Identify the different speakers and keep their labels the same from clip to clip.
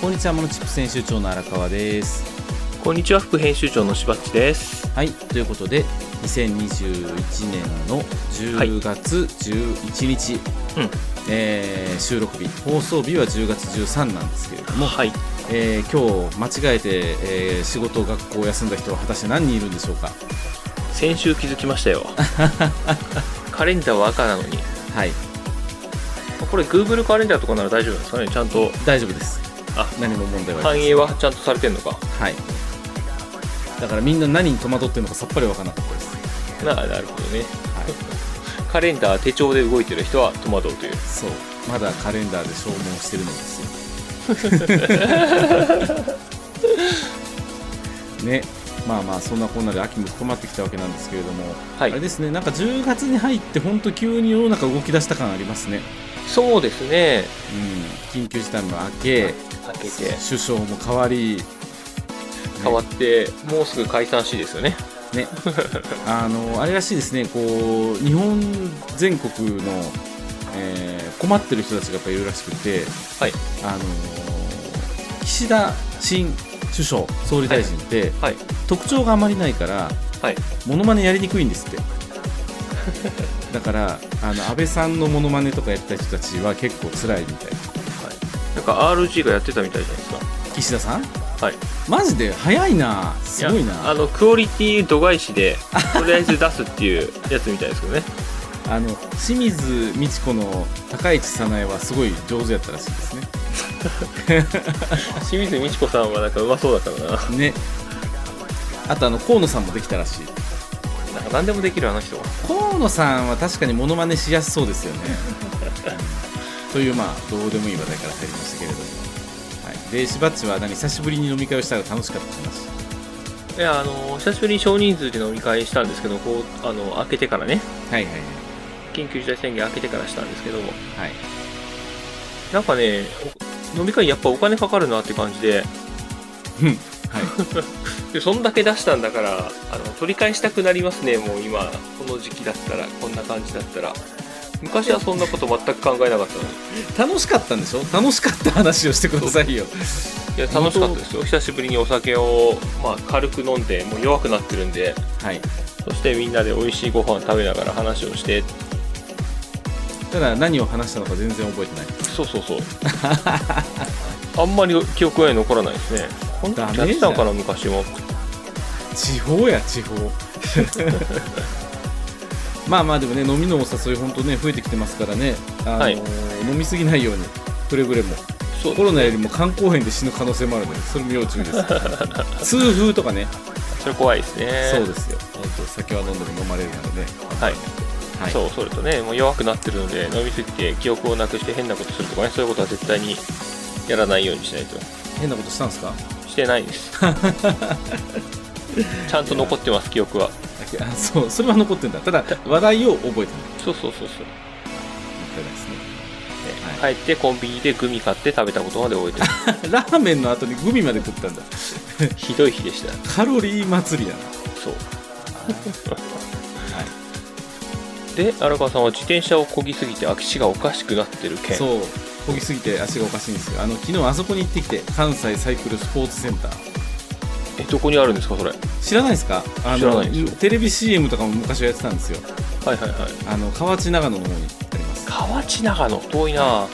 Speaker 1: こんにちはモノチップ編集長の荒川です
Speaker 2: こんにちは副編集長のしばっちです。
Speaker 1: はいということで2021年の10月11日、
Speaker 2: うん
Speaker 1: えー収録日放送日は10月13なんですけれども、
Speaker 2: はい。
Speaker 1: えー今日間違えて、えー仕事学校を休んだ人は果たして何人いるんでしょうか
Speaker 2: 先週気づきまし たよ。カレンダーは赤なのに。
Speaker 1: はい
Speaker 2: これ Google カレンダーとかなら大丈夫なんですかねちゃんと
Speaker 1: 大丈夫です
Speaker 2: あ
Speaker 1: 何も問題はあ
Speaker 2: 反
Speaker 1: り
Speaker 2: 映はちゃんとされてんのか
Speaker 1: ま。せんはいだからみんな何に戸惑ってるのかさっぱりわからなかったです、は
Speaker 2: ななるほどね。
Speaker 1: い、
Speaker 2: カレンダー手帳で動いてる人は戸惑うという。
Speaker 1: そうまだカレンダーで消耗してるのですよねまあまあそんなこんなで秋も深まってきたわけなんですけれども、
Speaker 2: は
Speaker 1: あれ
Speaker 2: い。
Speaker 1: ですねなんか10月に入って本当急に世の中動き出した感ありますね、
Speaker 2: そうですね。
Speaker 1: うん、緊急事態も明け
Speaker 2: 開けて
Speaker 1: 首相も変わり、ね
Speaker 2: 変わって、もうすぐ解散しですよね。
Speaker 1: ねあのあれらしいですねこう日本全国の、えー困ってる人たちがやっぱいるらしくて、
Speaker 2: はい
Speaker 1: あのー岸田新首相総理大臣って、
Speaker 2: はい。
Speaker 1: 特徴があまりないから
Speaker 2: はい。
Speaker 1: モノマネやりにくいんですって だからあの安倍さんのモノマネとかやった人たちは結構辛いみたい
Speaker 2: なんか RG がやってたみたいじゃないですか。
Speaker 1: 岸田さん
Speaker 2: はい
Speaker 1: マジで早いなすごい
Speaker 2: や
Speaker 1: な
Speaker 2: あの、クオリティ度外視で、とりあえず出すっていうやつみたいですけどね。
Speaker 1: あの清水美智子の高市早苗はすごい上手やったらしいですね。
Speaker 2: 清水美智子さんはなんかうまそうだからな
Speaker 1: ね。あとあの河野さんもできたらしい。
Speaker 2: なんか何でもできるあの人は
Speaker 1: 河野さんは確かにモノマネしやすそうです よね。というまあどうでもいい話題から入りましたけれども。はい、でしばっちは何久しぶりに飲み会をしたら楽しかった話。
Speaker 2: いやあの久しぶりに少人数で飲み会したんですけどこうあの開けてからね
Speaker 1: はいはい
Speaker 2: 緊急事態宣言開けてからしたんですけども
Speaker 1: はい。はい、
Speaker 2: なんかねお飲み会やっぱお金かかるなって感じで
Speaker 1: うんはい、
Speaker 2: でそんだけ出したんだからあの取り返したくなりますねもう今この時期だったらこんな感じだったら昔はそんなこと全く考えなかったのに
Speaker 1: 楽しかったんでしょ楽しかった話をしてくださいよ。
Speaker 2: いや楽しかったですよ久しぶりにお酒を、まあ、軽く飲んでもう弱くなってるんで
Speaker 1: はい。
Speaker 2: そしてみんなで美味しいご飯食べながら話をして
Speaker 1: ただ何を話したのか全然覚えてない。
Speaker 2: そうそう そうあんまり記憶が残らないですねこんなことやってたのかな昔も
Speaker 1: 地方や 地方まあまあでもね飲みのお誘い本当ね増えてきてますからね、あのー
Speaker 2: はい
Speaker 1: 飲みすぎないようにくれぐれも
Speaker 2: そう
Speaker 1: コロナよりも肝硬変で死ぬ可能性もあるのでそれも要 注意です痛風とかね、
Speaker 2: それ怖いですね
Speaker 1: そうですよ本当酒は飲んでも飲まれるのでね
Speaker 2: はい、
Speaker 1: はい
Speaker 2: そうそれとねもう弱くなってるので飲みすぎて記憶をなくして変なことするとかねそういうことは絶対にやらないようにしないと
Speaker 1: 変なことしたんですか
Speaker 2: してないです ちゃんと残ってます記憶は
Speaker 1: ああそうそれは残ってんだただ話題を覚えてないみ
Speaker 2: そうそうそうそう、
Speaker 1: たいですね
Speaker 2: ね帰ってコンビニでグミ買って食べたことま で覚えてる
Speaker 1: ラーメンの後にグミまで食ったんだ
Speaker 2: ひどい日でした
Speaker 1: カロリー祭りだな
Speaker 2: そう
Speaker 1: はい
Speaker 2: で荒川さんは自転車をこぎすぎて足がおかしくなってる件
Speaker 1: そう漕ぎすぎて足がおかしいんですよあの昨日あそこに行ってきて関西サイクルスポーツセンター
Speaker 2: えどこにあるんですかそれはい
Speaker 1: 知らないですかあ
Speaker 2: 知ら
Speaker 1: の
Speaker 2: ないです
Speaker 1: テレビ CM とかも昔はやってたんですよ
Speaker 2: はいはい
Speaker 1: あの河内長野の方にあります、は
Speaker 2: 河内長野遠いな、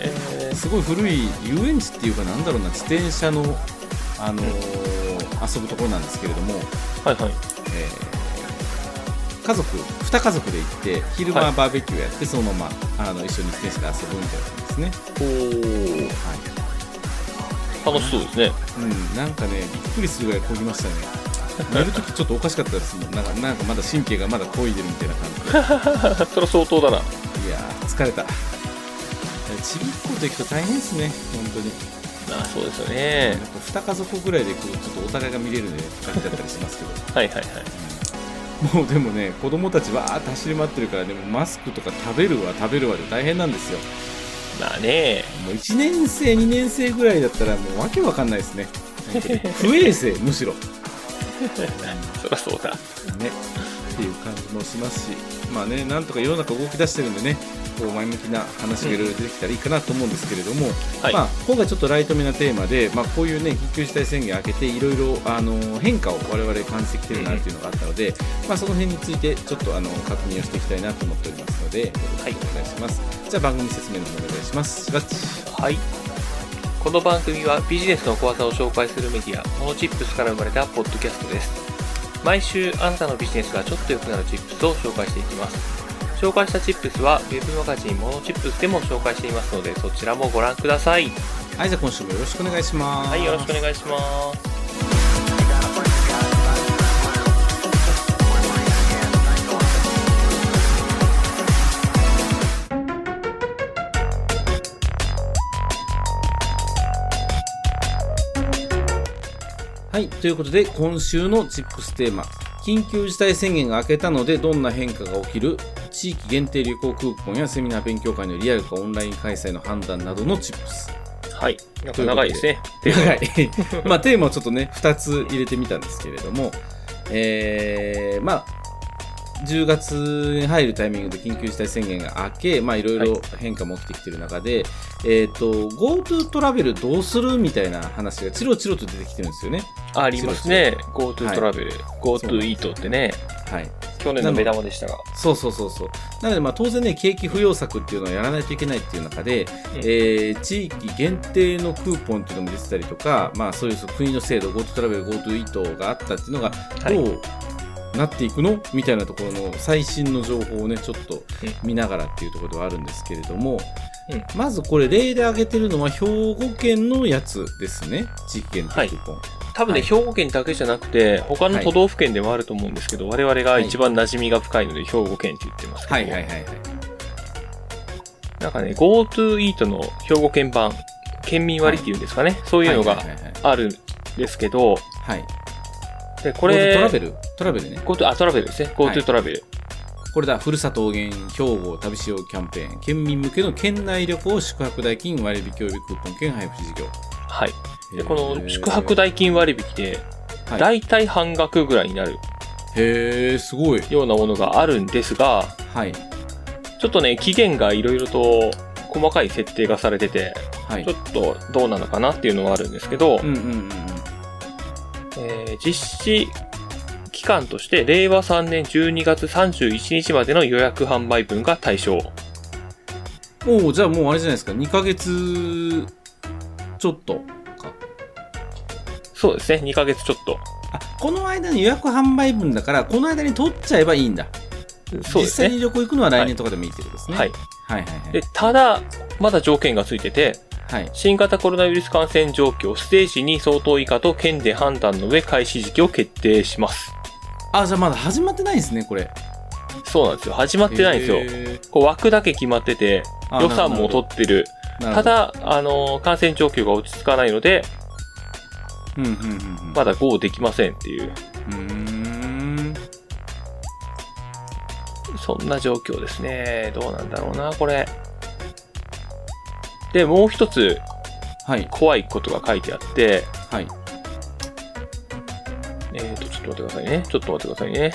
Speaker 2: え
Speaker 1: い、すごい古い遊園地っていうかなんだろうな自転車の、あのー遊ぶところなんですけれども、
Speaker 2: ーはいはい
Speaker 1: えー家族2家族で行って昼
Speaker 2: は
Speaker 1: 間
Speaker 2: い
Speaker 1: バーベキューやってそのままあの一緒に自転車で遊ぶみたいなんですね、
Speaker 2: お
Speaker 1: はい
Speaker 2: お楽しそうですね
Speaker 1: うん、なんかね、びっくりするぐらい漕ぎましたね。寝るときちょっとおかしかったですもん。なんか、なんかまだ神経がまだ漕いでるみたいな感じ
Speaker 2: それは相当だな
Speaker 1: で。いやー、疲れた。ちびっこと行くと大変ですね、本当に。
Speaker 2: あそうですよ
Speaker 1: や
Speaker 2: ね
Speaker 1: っぱ二家族ぐらいで行くと、ちょっとお互いが見れるね、感じだったりしますけど。
Speaker 2: はいはいはい
Speaker 1: もうでもね、子供たちわーって走り回ってるからね、もうマスクとか食べるわ、食べるわで大変なんですよ。
Speaker 2: まあね
Speaker 1: もう1年生、2年生ぐらいだったら、もうわけわかんないですね。本当に不衛生、むしろ。
Speaker 2: そりゃそうだ
Speaker 1: ね、っていう感じもしますし、まあね、なんとか世の中動き出してるんでね、こう前向きな話がいろいろ出てきたらいいかなと思うんですけれども、
Speaker 2: はい、
Speaker 1: まあ、今回ちょっとライトめなテーマで、まあ、こういう、ね、緊急事態宣言明けていろいろあの変化を我々感じてきてるなというのがあったので、まあ、その辺についてちょっとあの確認をしていきたいなと思っておりますのでよろしくお願いします、じゃあ番組説明の方お願いしますしばっち
Speaker 2: はい。この番組はビジネスの怖さを紹介するメディア、モノチップスから生まれたポッドキャストです。毎週、あなたのビジネスがちょっと良くなるチップスを紹介していきます。紹介したチップスは、ウェブマガジンモノチップスでも紹介していますので、そちらもご覧ください。
Speaker 1: はいじゃあ今週もよろしくお願いします
Speaker 2: はい、よろしくお願いします。
Speaker 1: はい、ということで今週のチップステーマ緊急事態宣言が明けたのでどんな変化が起きる地域限定旅行クーポンやセミナー勉強会のリアルかオンライン開催の判断などのチップス
Speaker 2: はい。なんか長いですね。
Speaker 1: 長いまあテーマをちょっとね2つ入れてみたんですけれどもえーまあ10月に入るタイミングで緊急事態宣言が明け、まあ、いろいろ
Speaker 2: は
Speaker 1: 変化も起きてきてる中で、えっ、と、GoTo トラベルどうするみたいな話がチロチロと出てきてるんですよね。
Speaker 2: ありますね。GoTo トラベル、GoTo イートってね、
Speaker 1: はい。
Speaker 2: 去年の目玉でしたが。
Speaker 1: そうそうそうそう。なので、まあ、当然ね、景気不要策っていうのをやらないといけないっていう中で、
Speaker 2: うん
Speaker 1: えー地域限定のクーポンっていうのも出てたりとか、まあ、そういう国の制度、GoTo トラベル、GoTo イートがあったっていうのが、
Speaker 2: い
Speaker 1: どうなっていくのみたいなところの最新の情報をね、ちょっと
Speaker 2: う
Speaker 1: 見ながらっていうところではあるんですけれども、
Speaker 2: うん
Speaker 1: まずこれ、例で挙げてるのは、兵庫県のやつですね、地域限定クーポン。
Speaker 2: 多分ね、
Speaker 1: はい
Speaker 2: 兵庫県だけじゃなくて、他の都道府県でもあると思うんですけど、我々が一番馴染みが深いので、兵庫県って言ってますけど、
Speaker 1: はい、はい、はいはいはい。
Speaker 2: なんかね、GoTo イートの兵庫県版、県民割っていうんですかね、そういうの
Speaker 1: は
Speaker 2: が
Speaker 1: いはいはいはい
Speaker 2: あるんですけど、
Speaker 1: はい。
Speaker 2: でこ
Speaker 1: これ、
Speaker 2: れ、
Speaker 1: トラベルトラベルね。
Speaker 2: GoTo、あ、トラベルですね、
Speaker 1: はい
Speaker 2: GoTo トラベル。
Speaker 1: これだ、ふるさと応援、兵庫旅しようキャンペーン、県民向けの県内旅行宿泊代金割引及びクーポン券配布事業。
Speaker 2: はい。
Speaker 1: へ
Speaker 2: で、
Speaker 1: ー
Speaker 2: この宿泊、代金割引で、
Speaker 1: はい
Speaker 2: 大体半額ぐらいになる
Speaker 1: へえ、すごい。
Speaker 2: ようなものがあるんですが、
Speaker 1: はい。
Speaker 2: ちょっとね、期限がいろいろと細かい設定がされてて、
Speaker 1: はい
Speaker 2: ちょ。っとどうなのかなっていうのはあるんですけど、
Speaker 1: うんうんうんうん。
Speaker 2: えー実施期間として令和3年12月31日までの予約販売分が対象。
Speaker 1: おお、じゃあもうあれじゃないですか、2ヶ月ちょっとか。
Speaker 2: そうですね、2ヶ月ちょっと。
Speaker 1: あ、この間に予約販売分だから、この間に取っちゃえばいいんだ。
Speaker 2: そうで
Speaker 1: 実
Speaker 2: す
Speaker 1: 際
Speaker 2: ね。
Speaker 1: に旅行行くのは来年とかでもいいってことですね。
Speaker 2: はい。。
Speaker 1: はいはいはい。
Speaker 2: で、ただ、まだ条件がついてて、
Speaker 1: はい。
Speaker 2: 新型コロナウイルス感染状況、ステージ2相当以下と県で判断の上、開始時期を決定します。
Speaker 1: あ、じゃあまだ始まってないんですね、これ。
Speaker 2: そうなんですよ。始まってないんですよ。
Speaker 1: よ。
Speaker 2: こう枠だけ決まってて、
Speaker 1: あ
Speaker 2: 予算も
Speaker 1: なるほ
Speaker 2: 取ってる。
Speaker 1: ど
Speaker 2: た、だ、あのー感染状況が落ち着かないの
Speaker 1: な
Speaker 2: で、
Speaker 1: るほどうんうんうんうん。
Speaker 2: まだ GO できませんっていう、
Speaker 1: うーん。
Speaker 2: そんな状況ですね。どうなんだろうな、これ。で、もう一つ
Speaker 1: はい、
Speaker 2: 怖いことが書いてあって、
Speaker 1: はい。
Speaker 2: えっ、と、ちょっと待ってくださいね。ちょっと待ってくださいね。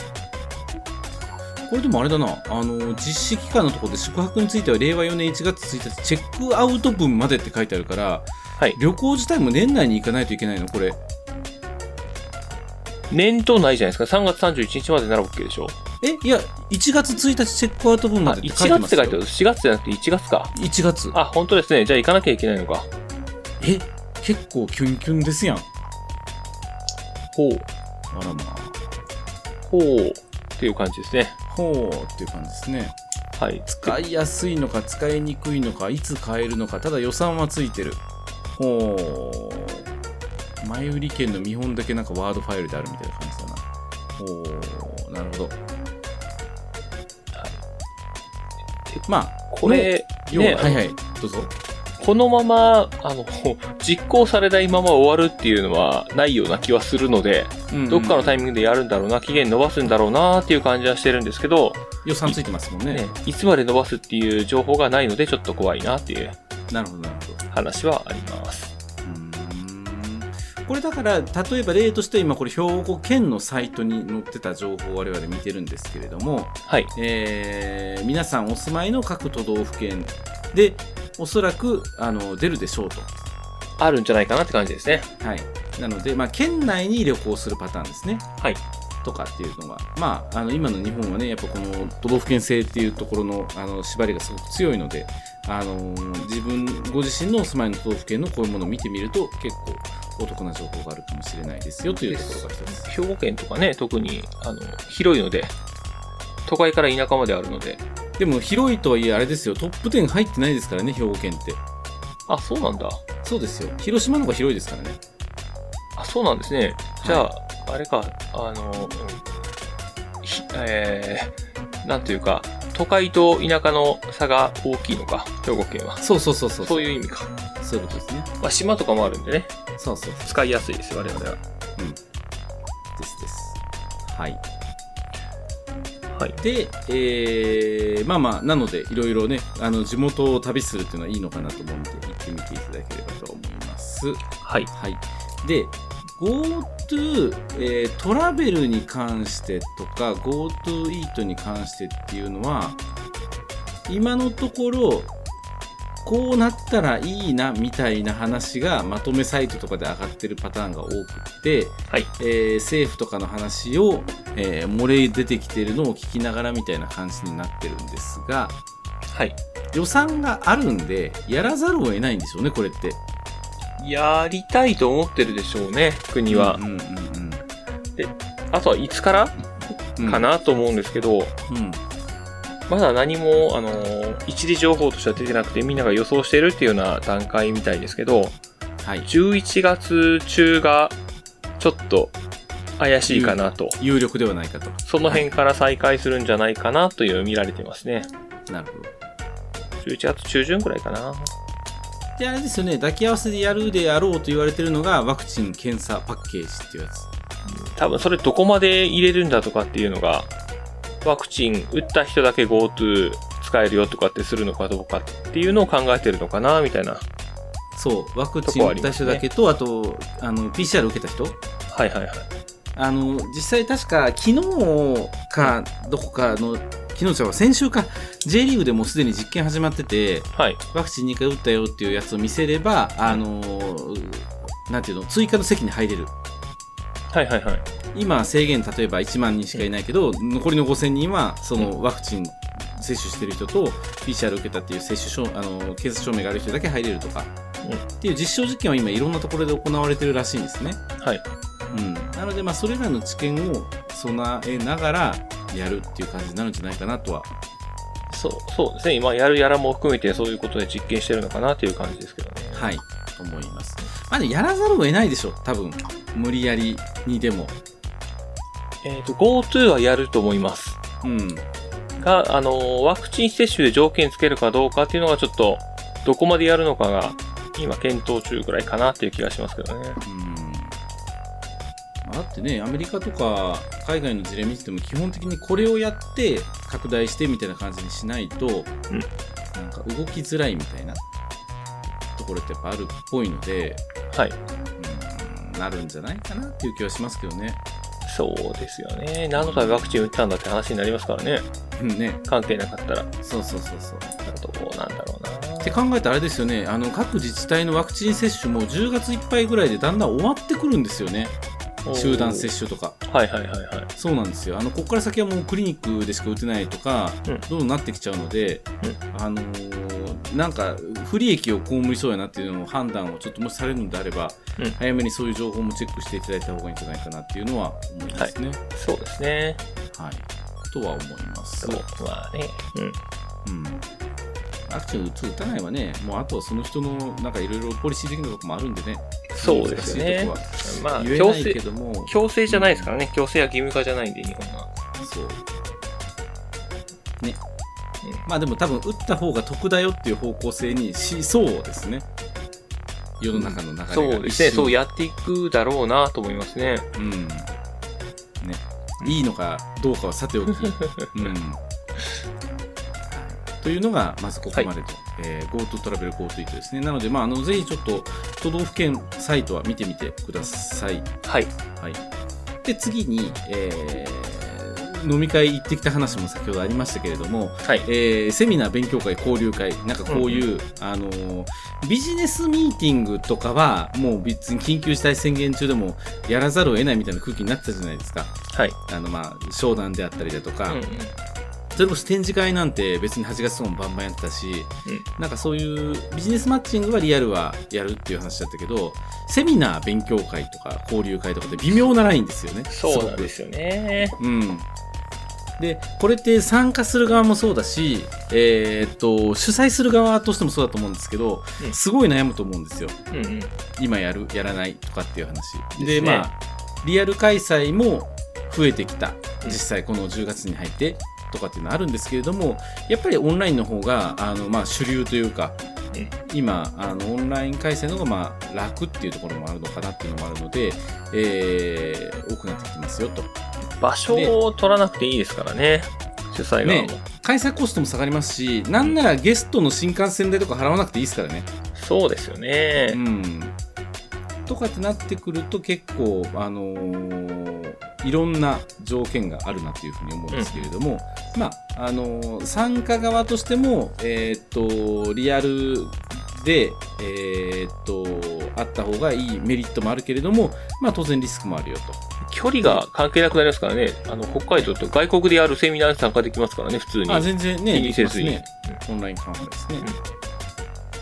Speaker 1: これでもあれだな、あの、実施期間のところで宿泊については令和4年1月1日、チェックアウト分までって書いてあるから、
Speaker 2: はい
Speaker 1: 旅行自体も年内に行かないといけないの、これ。
Speaker 2: 年頭ないじゃないですか。3月31日までなら OK でしょ。
Speaker 1: え、いや、1月1日チェックアウト分
Speaker 2: あ、
Speaker 1: までって書いて
Speaker 2: 1月
Speaker 1: ま
Speaker 2: っ
Speaker 1: す
Speaker 2: て
Speaker 1: よ。
Speaker 2: 書いてある。4月じゃなくて1月か。
Speaker 1: 1月。
Speaker 2: あ、本当ですね。じゃあ行かなきゃいけないのか。
Speaker 1: え、結構キュンキュンですやん。あ
Speaker 2: ほう。
Speaker 1: らまあ。
Speaker 2: ほう。っていう感じですね。
Speaker 1: ほうっていう感じですね。
Speaker 2: はい。
Speaker 1: 使いやすいのか使いにくいのか、いつ買えるのか、ただ予算はついてる。ほう。前売り券の見本だけなんかワードファイルであるみたいな感じだな。ほう。なるほど。まあ、
Speaker 2: これ、
Speaker 1: 要は、
Speaker 2: ね
Speaker 1: はいはい、どうぞ。
Speaker 2: このまま、あの、 実行されないまま終わるっていうのはないような気はするので、どっかのタイ
Speaker 1: ミン
Speaker 2: ミングでやるんだろうな、期限伸ばすんだろうなっていう感じはしてるんですけど、
Speaker 1: グ。予算ついてますもんね。
Speaker 2: ね、いつまで伸ばすっていう情報がないので、ちょっと怖いなっていう
Speaker 1: なるほど、なるほど。
Speaker 2: 話はあります。
Speaker 1: うーんこれだから例えば例として今これ兵庫県のサイトに載ってた情報を我々見てるんですけれども、
Speaker 2: はい。
Speaker 1: えー皆さんお住まいの各都道府県でおそらくあの出るでしょうと、
Speaker 2: あるんじゃないかなって感じですね。
Speaker 1: はい、なので、まあ、県内に旅行するパターンですね
Speaker 2: はい。
Speaker 1: とかっていうのが、まあ、あの今の日本はねやっぱこの都道府県制っていうところのあの縛りがすごく強いので、あの自分ご自身のお住まいの都道府県のこういうものを見てみると結構お得な情報があるかもしれないですよというところが一つ。
Speaker 2: 兵庫県とかね、特に、あの、広いので、都会から田舎まであるので、
Speaker 1: でも広いとはいえあれですよトップ10入ってないですからね兵庫県って
Speaker 2: あ、そうなんだ。
Speaker 1: そうですよ広島の方が広いですからね
Speaker 2: あ、そうなんですね。じゃあ、あれか、あの、うんひえー、なんていうか、都会と田舎の差が大きいのか、兵庫県は。
Speaker 1: そうそうそうそう
Speaker 2: そう
Speaker 1: う
Speaker 2: いう意味か。
Speaker 1: そういうことですね
Speaker 2: まあ、島とかもあるんでね、
Speaker 1: そうそう
Speaker 2: 使いやすいですよ、我々は。
Speaker 1: ですですはい
Speaker 2: はい。
Speaker 1: で、えー、まあまあなのでいろいろねあの地元を旅するっていうのはいいのかなと思うので行ってみていただければと思います
Speaker 2: はい。
Speaker 1: はいで GoTo、えートラベルに関してとか GoTo イートに関してっていうのは今のところこうなったらいいなみたいな話がまとめサイトとかで上がってるパターンが多くって、
Speaker 2: はい。
Speaker 1: えー政府とかの話を、えー漏れ出てきてるのを聞きながらみたいな感じになってるんですが
Speaker 2: はい。
Speaker 1: 予算があるんでやらざるを得ないんでしょうねこれって。
Speaker 2: やりたいと思ってるでしょうね、国は。
Speaker 1: うんうんうん
Speaker 2: あとはいつから
Speaker 1: うん
Speaker 2: か、なと思うんですけど、
Speaker 1: うん
Speaker 2: まだ何も、あのー一時情報としては出てなくて、みんなが予想してるっていうような段階みたいですけど、
Speaker 1: はい、
Speaker 2: 11月中が、ちょっと、怪しいかなと。
Speaker 1: 有力ではないかと。
Speaker 2: その辺から再開するんじゃないかなという見られてますね。
Speaker 1: なるほど。
Speaker 2: 11月中旬くらいかな。
Speaker 1: で、あれですよね、抱き合わせでやるであろうと言われてるのが、ワクチン・検査パッケージっていうやつ。
Speaker 2: 多分それどこまで入れるんだとかっていうのが、ワクチン打った人だけ GoTo 使えるよとかってするのかどうかっていうのを考えてるのかな、みたいな。
Speaker 1: そう、ワク
Speaker 2: そ
Speaker 1: チ
Speaker 2: こ
Speaker 1: ン
Speaker 2: は
Speaker 1: 打っ
Speaker 2: あり
Speaker 1: た
Speaker 2: ます
Speaker 1: 人
Speaker 2: ね
Speaker 1: だけと、あと、あの、PCR 受けた人
Speaker 2: はいはいはい。
Speaker 1: あの、実際確か、昨日か、どこかの、昨日ちゃうわ先週か、J リーグでもうすでに実験始まってて、
Speaker 2: はい。
Speaker 1: ワクチン2回打ったよっていうやつを見せれば、あの、なんていうの、追加の席に入れる。
Speaker 2: はいはいはい。
Speaker 1: 今制限例えば1万人しかいないけど、残りの5000人はそのワクチン接種してる人と PCR 受けたっていう接種証あの検査証明がある人だけ入れるとか、
Speaker 2: うん
Speaker 1: っていう実証実験は今いろんなところで行われてるらしいんですね、
Speaker 2: はい。
Speaker 1: うん、なのでまあそれらの知見を備えながらやるっていう感じになるんじゃないかなとは
Speaker 2: そう、そうですね。今やるやらも含めてそういうことで実験してるのかなっていう感じですけどね。
Speaker 1: はい思いますまあでもやらざるを得ないでしょ多分無理やりにでも
Speaker 2: えっ、と、GoTo はやると思います。
Speaker 1: うん
Speaker 2: が、あのー、ワクチン接種で条件つけるかどうかっていうのがちょっと、どこまでやるのかが、今検討中ぐらいかなっていう気がしますけど
Speaker 1: う
Speaker 2: ね。
Speaker 1: んだってねアメリカとか海外の事例見てても基本的にこれをやって拡大してみたいな感じにしないと、
Speaker 2: うん
Speaker 1: なんか動きづらいみたいなところってやっぱあるっぽいので、
Speaker 2: はい。
Speaker 1: うん、なるんじゃないかなっていう気はしますけどね。
Speaker 2: そうですよね。何のためにワクチン打ったんだって話になりますからね。
Speaker 1: うんね
Speaker 2: 関係なかったら。
Speaker 1: そうそうそうそう。
Speaker 2: あとどうなんだろうな。
Speaker 1: って考えたらあれですよねあの各自治体のワクチン接種も10月いっぱいぐらいでだんだん終わってくるんですよね集団接種とか。
Speaker 2: 種。はいはいはいはい。
Speaker 1: そうなんですよあのここから先はもうクリニックでしか打てないとか、
Speaker 2: うん
Speaker 1: どんどんなってきちゃうので、あのーなんか不利益を被りそうやなっていうのを判断をちょっともしされるのであれば、
Speaker 2: うん
Speaker 1: 早めにそういう情報もチェックしていただいた方がいいんじゃないかなっていうのは思いますね。
Speaker 2: そうですね。
Speaker 1: はい、とは思います。
Speaker 2: でも、まあね。うん。
Speaker 1: うんワクチン打つ打たないはね、もうあとはその人のなんかいろいろポリシー的なとこもあるんでね、
Speaker 2: そうですよね
Speaker 1: 難しいとこ
Speaker 2: ま
Speaker 1: は
Speaker 2: あ、
Speaker 1: 言え
Speaker 2: 強
Speaker 1: ないけ
Speaker 2: 制、
Speaker 1: ども、
Speaker 2: 強制じゃないですからね。強制は義務化じゃないんで、日本は。
Speaker 1: そう
Speaker 2: うん
Speaker 1: まあでも多分打った方が得だよっていう方向性にしそうですね。世の中の流れが、
Speaker 2: そうですね。そうやっていくだろうなと思いますね。
Speaker 1: うん。ね。いいのかどうかはさておき。うん。とというのが、まずここまでと、えー GoTo トラベル GoTo イートですね。なので、まあ、あのぜひちょっと都道府県サイトは見てみてください。
Speaker 2: はい。
Speaker 1: はい、で次に、えー飲み会行ってきた話も先ほどありましたけれども、
Speaker 2: はい。
Speaker 1: えーセミナー勉強会交流会なんかこういう、あのービジネスミーティングとかはもう別に緊急事態宣言中でもやらざるを得ないみたいな空気になってたじゃないですか
Speaker 2: はい。
Speaker 1: あのまあ商談であったりだとか、
Speaker 2: うんうん
Speaker 1: それこそ展示会なんて別に8月とかもバンバンやってたし、なんかそういうビジネスマッチングはリアルはやるっていう話だったけどセミナー勉強会とか交流会とかって微妙なラインですよね
Speaker 2: そうなんですよね。
Speaker 1: うん、でこれって参加する側もそうだし、えーっと主催する側としてもそうだと思うんですけど、
Speaker 2: うん
Speaker 1: すごい悩むと思うんですよ
Speaker 2: うんうん。
Speaker 1: 今
Speaker 2: 今
Speaker 1: やるやらないとかっていう話で,、
Speaker 2: ですね
Speaker 1: まあリアル開催も増えてきた
Speaker 2: うん
Speaker 1: 実際この10月に入ってとかっていうのはあるんですけれどもやっぱりオンラインの方があの、まあ、主流というか
Speaker 2: うん
Speaker 1: 今あのオンライン開催の方がまあ楽っていうところもあるのかなっていうのもあるので、えー多くなってきてますよと。
Speaker 2: 場所を取らなくていいですからね。主催側も。
Speaker 1: ね開催コストも下がりますし、なんならゲストの新幹線代とか払わなくていいですからね。
Speaker 2: そうですよ
Speaker 1: う
Speaker 2: ね。
Speaker 1: ん。とかってなってくると結構、あのーいろんな条件があるなというふうに思うんですけれども、まあ、あのー参加側としても、えーっと、リアルで、えーっと、あった方がいいメリットもあるけれども、まあ当然リスクもあるよと。
Speaker 2: 距離が関係なくなりますからね。あの、北海道と外国でやるセミナーに参加できますからね、普通に。
Speaker 1: あ全然ね、
Speaker 2: 気にせずに
Speaker 1: できますねオンラインカンファレンスね。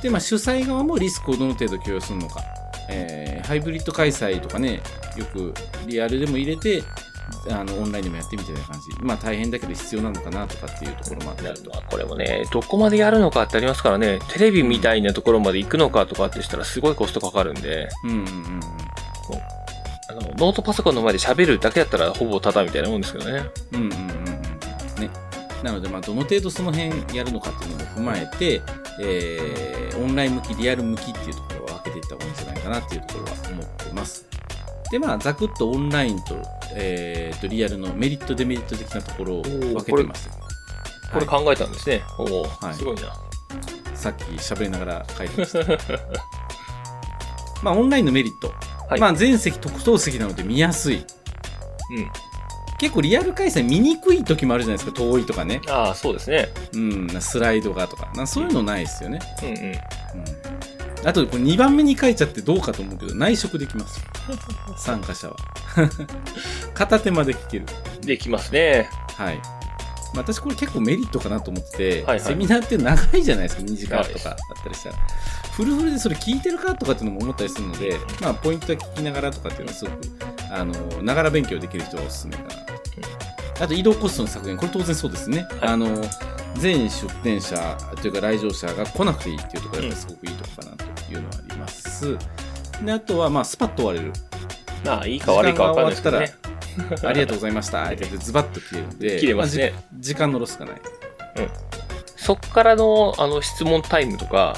Speaker 1: で、まあ、主催側もリスクをどの程度許容するのか、えーハイブリッド開催とかね、よくリアルでも入れて、あのオンラインでもやってみたいな感じ、まあ、大変だけど必要なのかなとかっていうところもあって
Speaker 2: なるとこれもね、どこまでやるのかってありますからね、テレビみたいなところまで行くのかとかってしたらすごいコストかかるんで、
Speaker 1: うんうんうん
Speaker 2: あのノートパソコンの前で喋るだけだったらほぼタダみたいなもんですけどね。
Speaker 1: うんうんうんうんね、なので、まあ、どの程度その辺やるのかっていうのも踏まえて、えーオンライン向き、リアル向きっていうところは分けていった方がいいんじゃないかなっていうところは思ってます。で、まあ、ざくっとオンラインと,、えーとリアルのメリット、デメリット的なところを分けてます。
Speaker 2: これ
Speaker 1: は
Speaker 2: 考えたんですね。おお、
Speaker 1: はい
Speaker 2: すごいな。
Speaker 1: いさっき喋りながら書いてました。 まあ、オンラインのメリット。
Speaker 2: はい
Speaker 1: まあ、全席特等席なので見やすい。
Speaker 2: うん。
Speaker 1: 結構リアル開催見にくい時もあるじゃないですか、遠いとかね。
Speaker 2: ああ、そうですね。
Speaker 1: うん、スライドがとか、なそういうのないですよね。
Speaker 2: うんうん。
Speaker 1: うん、あと、これ2番目に書いちゃってどうかと思うけど、内職できます。参加者は。 片手まで聞ける。
Speaker 2: できますね。
Speaker 1: はい。まあ私これ結構メリットかなと思ってて、
Speaker 2: はいはい
Speaker 1: セミナーって長いじゃないですか、2時間とかだったりしたら。フルフルでそれ聞いてるかとかっていうのも思ったりするので、まあポイントは聞きながらとかっていうのはすごく、あの、ながら勉強できる人はおすすめかな。あと移動コストの削減、これ当然そうですね。
Speaker 2: はい
Speaker 1: あの、全出店者というか来場者が来なくていいっていうところがやっぱりすごくいいところかなというのはあります。で、あとは、まあ、スパッと終われる。
Speaker 2: まあ、いいか悪いかわかんないですけどね。
Speaker 1: ありがとうございま した。ってズバッと切れるんで、
Speaker 2: 切れますね
Speaker 1: あじ時間のロスがない。
Speaker 2: そっからのあの質問タイムとか、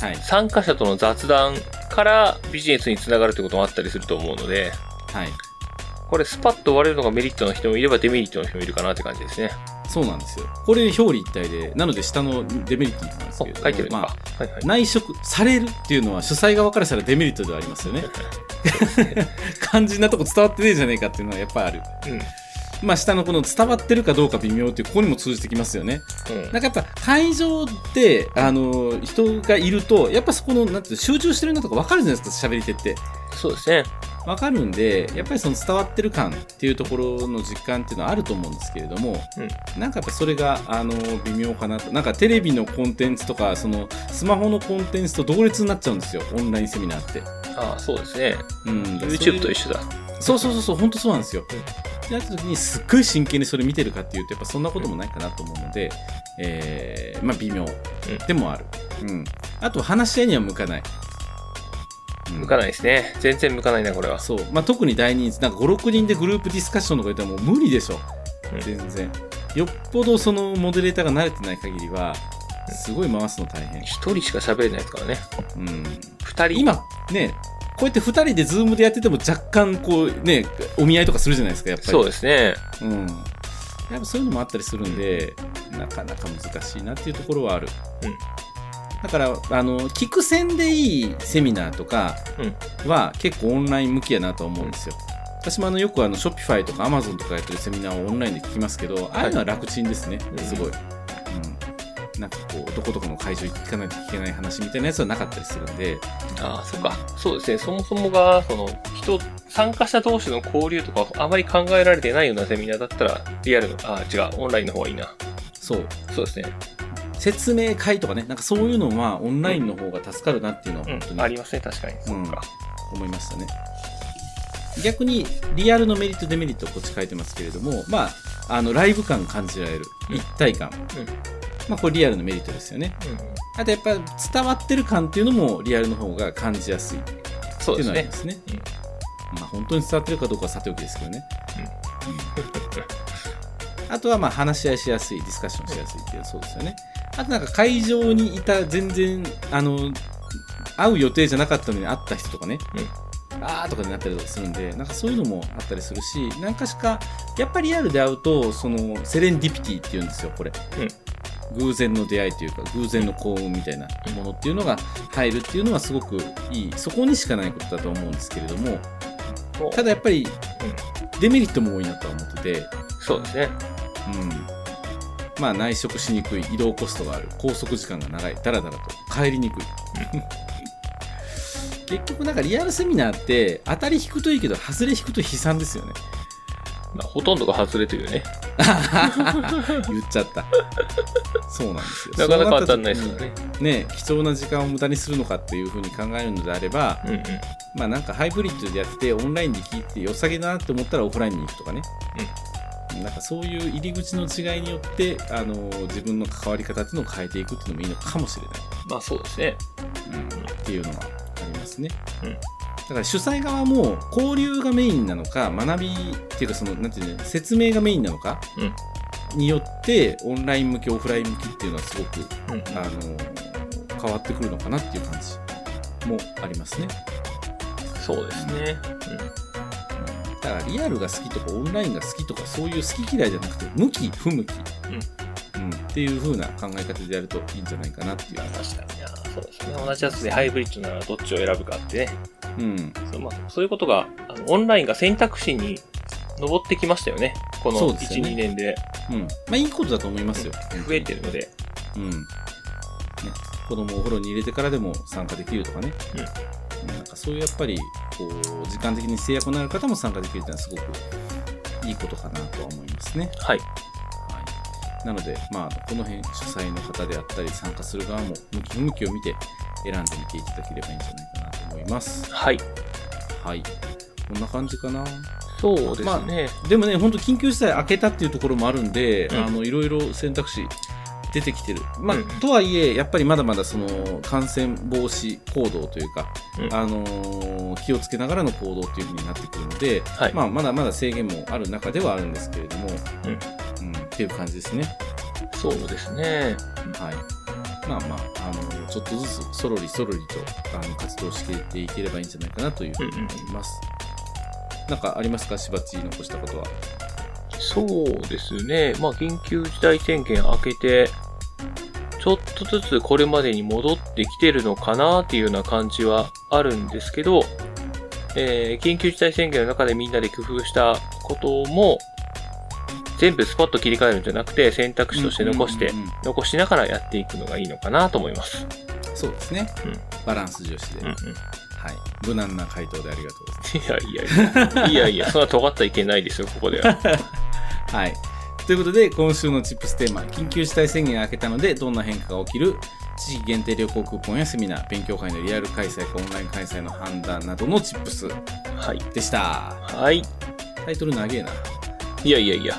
Speaker 1: はい。
Speaker 2: 参加者との雑談からビジネスにつながるってこともあったりすると思うので、
Speaker 1: はい。
Speaker 2: これスパッと割れるのがメリットの人もいればデメリットの人もいるかなって感じですね。
Speaker 1: そうなんですよ。これ表裏一体で、なので下のデメリットなんです
Speaker 2: お
Speaker 1: けれども、
Speaker 2: 書いてるの
Speaker 1: ま
Speaker 2: か
Speaker 1: あ、。
Speaker 2: はいはい。
Speaker 1: 内職されるっていうのは主催側からしたらデメリットではありますよね。 肝心なとこ伝わってねえじゃねえかっていうのはやっぱある。まあ下のこの伝わってるかどうか微妙っていう、ここにも通じてきますよね。
Speaker 2: うん。うん
Speaker 1: なんかやっぱ会場って、あの、人がいると、やっぱそこの、なんていうの集中してるなとか分かるじゃないですか、喋り手って。
Speaker 2: そうですね。
Speaker 1: わかるんでやっぱりその伝わってる感っていうところの実感っていうのはあると思うんですけれども、なんかやっぱそれがあの微妙かなとなんかテレビのコンテンツとかそのスマホのコンテンツと同列になっちゃうんですよオンラインセミナーって、
Speaker 2: ああ、そうですね。
Speaker 1: うん、
Speaker 2: YouTube と一
Speaker 1: 緒
Speaker 2: 緒だ。
Speaker 1: そうそうそうそう本当そうなんですよ、ってなった時にすっごい真剣にそれ見てるかっていうとやっぱそんなこともないかなと思うので、えーまあ微妙でもある、うん、あと話し合いには向かない、うん
Speaker 2: 向かないですね。全然向かないな、これは。
Speaker 1: そう、まあ、特に大人数なんか56人でグループディスカッションとか言ったらもう無理でしょ
Speaker 2: うん
Speaker 1: 全然よっぽどそのモデレーターが慣れてない限りは
Speaker 2: うん
Speaker 1: すごい回すの大変、
Speaker 2: 一人しか喋れないですからね。
Speaker 1: うん、
Speaker 2: 二人。
Speaker 1: 今ねこうやって2人でズームでやってても若干こうねお見合いとかするじゃないですかやっぱり
Speaker 2: そうですね。
Speaker 1: うん、やっぱそういうのもあったりするんで、なかなか難しいなっていうところはある。
Speaker 2: うん
Speaker 1: だから、あの、聞く線でいいセミナーとかは結構オンライン向きやなとは思うんですよ。私もあのよくあの Shopify とか Amazon とかやってるセミナーをオンラインで聞きますけど、ああいうのは楽ちんですね、
Speaker 2: うん
Speaker 1: すごい。うん。なんかこう、どこどこの会場行かないと聞けない話みたいなやつはなかったりするんで、
Speaker 2: ああ、そっか。そうですね。そもそもが、その、人、参加者同士の交流とか、あまり考えられてないようなセミナーだったら、リアルの、ああ、違う、オンラインの方がいいな。
Speaker 1: そう、
Speaker 2: そうですね。
Speaker 1: 説明会とかね、なんかそういうのはオンラインの方が助かるなっていうのは
Speaker 2: う
Speaker 1: 本
Speaker 2: ん
Speaker 1: 当。
Speaker 2: あ
Speaker 1: に
Speaker 2: りますね、確かに。そっか。
Speaker 1: 思いましたね。逆にリアルのメリット、デメリット、こっち書いてますけれども、まあ、あのライブ感感じられる、
Speaker 2: うん
Speaker 1: 一体感、
Speaker 2: うん
Speaker 1: まあ、これ、リアルのメリットですよね。
Speaker 2: うん。
Speaker 1: あとやっぱ伝わってる感っていうのも、リアルの方が感じやすいって
Speaker 2: そう
Speaker 1: い
Speaker 2: で
Speaker 1: うのはあ
Speaker 2: す
Speaker 1: り
Speaker 2: ね
Speaker 1: ま。すね。
Speaker 2: うん
Speaker 1: まあ、本当に伝わってるかどうかはさておきですけどね。うんあとはまあ話し合いしやすい、ディスカッションしやすいっていう、そうですよね。あとなんか会場にいた、全然、あの、会う予定じゃなかったのに会った人とかね、あーとかになったりとかするんで、なんかそういうのもあったりするし、何かしか、やっぱりリアルで会うと、そのセレンディピティっていうんですよ、これ。偶然の出会いというか、偶然の幸運みたいなものっていうのが入るっていうのはすごくいい、そこにしかないことだと思うんですけれども、
Speaker 2: お
Speaker 1: ただやっぱり、デメリットも多いなとは思ってて、
Speaker 2: そうですね。
Speaker 1: うん、まあ内職しにくい移動コストがある拘束時間が長いダラダラと帰りにくい 結局なんかリアルセミナーって当たり引くといいけど外れ引くと悲惨ですよね
Speaker 2: まあ、ほとんどが外れというね。
Speaker 1: 言っちゃったそうなんですよ
Speaker 2: な
Speaker 1: そ
Speaker 2: かなか当
Speaker 1: うったた
Speaker 2: んないですよ
Speaker 1: 時に
Speaker 2: ね。
Speaker 1: ね貴重な時間を無駄にするのかっていうふうに考えるのであれば
Speaker 2: うんうん。
Speaker 1: まあなんかハイブリッドでやってオンラインで聞いて良さげだなって思ったらオフラインに行くとかね、なんかそういう入り口の違いによってあの自分の関わり方っていうのを変えていくっていうのもいいのかもしれな
Speaker 2: まあ、そうですね。
Speaker 1: い、っていうのはありますね、
Speaker 2: うん
Speaker 1: だから主催側も交流がメインなのか学びっていうかそのなんていうの説明がメインなのか、によってオンライン向きオフライン向きっていうのはすごく
Speaker 2: うん。
Speaker 1: あの変わってくるのかなっていう感じもありますね
Speaker 2: そうですね。
Speaker 1: だからリアルが好きとかオンラインが好きとかそういう好き嫌いじゃなくて向き不向き、うんっていう風な考え方でやるといいんじゃないかなっていう
Speaker 2: うん。確かにな。そうですね。同じやつでハイブリッドならどっちを選ぶかってね。
Speaker 1: うん、
Speaker 2: そう,、まあ、そういうことがあの、オンラインが選択肢に上ってきましたよね。この
Speaker 1: そう
Speaker 2: 1、
Speaker 1: ですよね
Speaker 2: 2年で
Speaker 1: うん、まあいいことだと思いますよ
Speaker 2: 増えてるので。
Speaker 1: うんね、子供をお風呂に入れてからでも参加できるとかね、うんなんかそういうやっぱりこう時間的に制約のある方も参加できるっていうのはすごくいいことかなとは思いますね
Speaker 2: はい。
Speaker 1: なので、まあ、この辺、主催の方であったり、参加する側も、向き不向きを見て、選んでみていただければいいんじゃないかなと思います。
Speaker 2: はい。
Speaker 1: はい。こんな感じかな。
Speaker 2: そうですね。
Speaker 1: までもね、本当緊急事態明けたっていうところもあるんで、
Speaker 2: うん
Speaker 1: あの、いろいろ選択肢出てきてる。まあ、
Speaker 2: うん
Speaker 1: とはいえ、やっぱりまだまだその、感染防止行動というか、
Speaker 2: うん
Speaker 1: あのー気をつけながらの行動というふうになってくるので、
Speaker 2: はい。
Speaker 1: まあ、まだまだ制限もある中ではあるんですけれども、うん、っていう感じですね。
Speaker 2: そうですね。
Speaker 1: はい、まあまあ、あのちょっとずつそろりそろりとあの活動していっていければいいんじゃないかなというふうに思います。なんかありますか、しばち残したことは。
Speaker 2: そうですね。まあ、緊急事態宣言明けて、ちょっとずつこれまでに戻ってきてるのかなっていうような感じはあるんですけど、えー緊急事態宣言の中でみんなで工夫したことも、全部スパッと切り替えるんじゃなくて、選択肢として残して
Speaker 1: うん、うんうん
Speaker 2: 残しながらやっていくのがいいのかなと思います。
Speaker 1: そうですね、
Speaker 2: うん
Speaker 1: バランス重視で、
Speaker 2: うん
Speaker 1: は
Speaker 2: うん。
Speaker 1: い、無難な回答でありがとうございます。
Speaker 2: いやいや いや、いやいや、そんな尖った意見ないですよ、ここでは。
Speaker 1: はい。ということで、今週のチップステーマ、緊急事態宣言が明けたので、どんな変化が起きる地域限定旅行クーポンやセミナー、勉強会のリアル開催かオンライン開催の判断などのチップス
Speaker 2: はい。
Speaker 1: でした。
Speaker 2: はい。
Speaker 1: タイトル長えな。
Speaker 2: いやいやいや。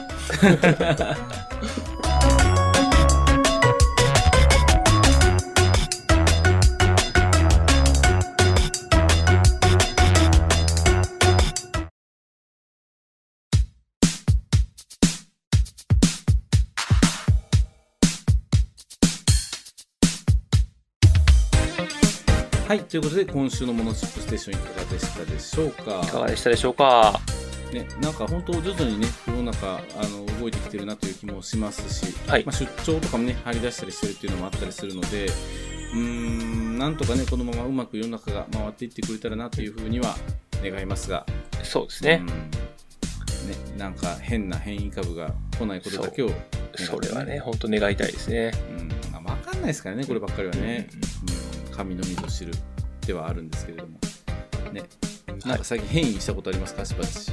Speaker 1: はい、ということで今週の「モノチップステーション」いかがでしたでしょうか
Speaker 2: いかがでしたでしょうか
Speaker 1: ね、なんか本当徐々にね世の中あの動いてきてるなという気もしますし、
Speaker 2: はい
Speaker 1: まあ、出張とかもね張り出したりしてるっていうのもあったりするのでうーんなんとかねこのままうまく世の中が回っていってくれたらなというふうには願いますが、
Speaker 2: そうですね
Speaker 1: うん、ねなんか変な変異株が来ないことだけを願って
Speaker 2: それはね、本当願いたいですね。
Speaker 1: うんまあ、分かんないですからねこればっかりはね、うん、神のみぞ知るではあるんですけれどもねなんか最近変異したことありますかしばし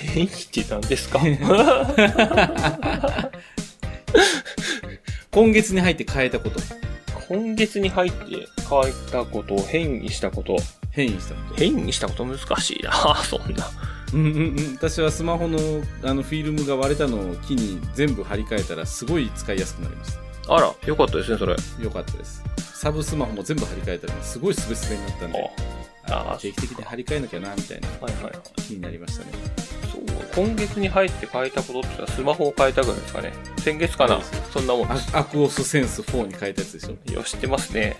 Speaker 2: 変異って何ですか
Speaker 1: 今月に入って変えたこと
Speaker 2: 今月に入って変えたこと、変異したこと、
Speaker 1: 変異したこと
Speaker 2: 変異したこと難しいな、 そんな。
Speaker 1: うんうんうん私はスマホのあのフィルムが割れたのを機に全部張り替えたらすごい使いやすくなりまし
Speaker 2: あら、よかったですね、それ。
Speaker 1: たよかったですサブスマホも全部張り替えたらすごいスベスベになったんで
Speaker 2: あ
Speaker 1: あ定期的に張り替えなきゃなみたいな
Speaker 2: はいはいはい。
Speaker 1: 気になりましたね
Speaker 2: そう、今月に入って変えたことってのはスマホを変えたぐらいですかね。先月かな、
Speaker 1: はい
Speaker 2: そんなもんで
Speaker 1: ア
Speaker 2: す。
Speaker 1: アクオスセンス4に変えたやつでしょ
Speaker 2: よ、知ってます ね。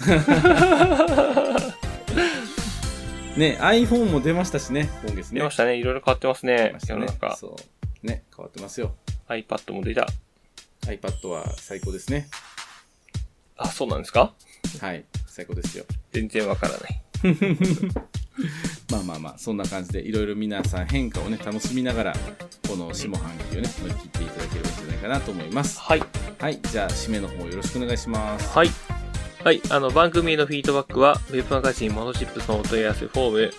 Speaker 1: ね iPhone も出ましたしね今月ね
Speaker 2: 出ましたね。いろいろ変わってます
Speaker 1: 出
Speaker 2: ね
Speaker 1: ま。した
Speaker 2: 世
Speaker 1: ね
Speaker 2: の中。
Speaker 1: そうね変わってますよ
Speaker 2: iPad も出た。
Speaker 1: iPad は最高ですね
Speaker 2: あ、そうなんですか
Speaker 1: はい最高ですよ
Speaker 2: 全然わからない。
Speaker 1: まあまあまあそんな感じでいろいろ皆さん変化をね楽しみながらこの下半期をね乗り切っていただければいいんじゃないかなと思います
Speaker 2: はい。
Speaker 1: はいじゃあ締めの方よろしくお願いします
Speaker 2: はい。はい。あの、番組へのフィードバックは、ウェブマガジンモノチップスのお問い合わせフォーム、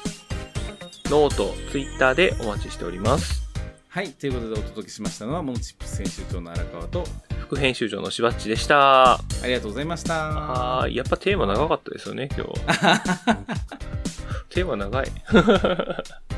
Speaker 2: ノート、ツイッターでお待ちしております。
Speaker 1: はいということでお届けしましたのはモノチップス編集長の荒川と
Speaker 2: 副編集長のしばっちでした。
Speaker 1: ありがとうございました
Speaker 2: あー、やっぱテーマ長かったですよね、今日。テーマ長い。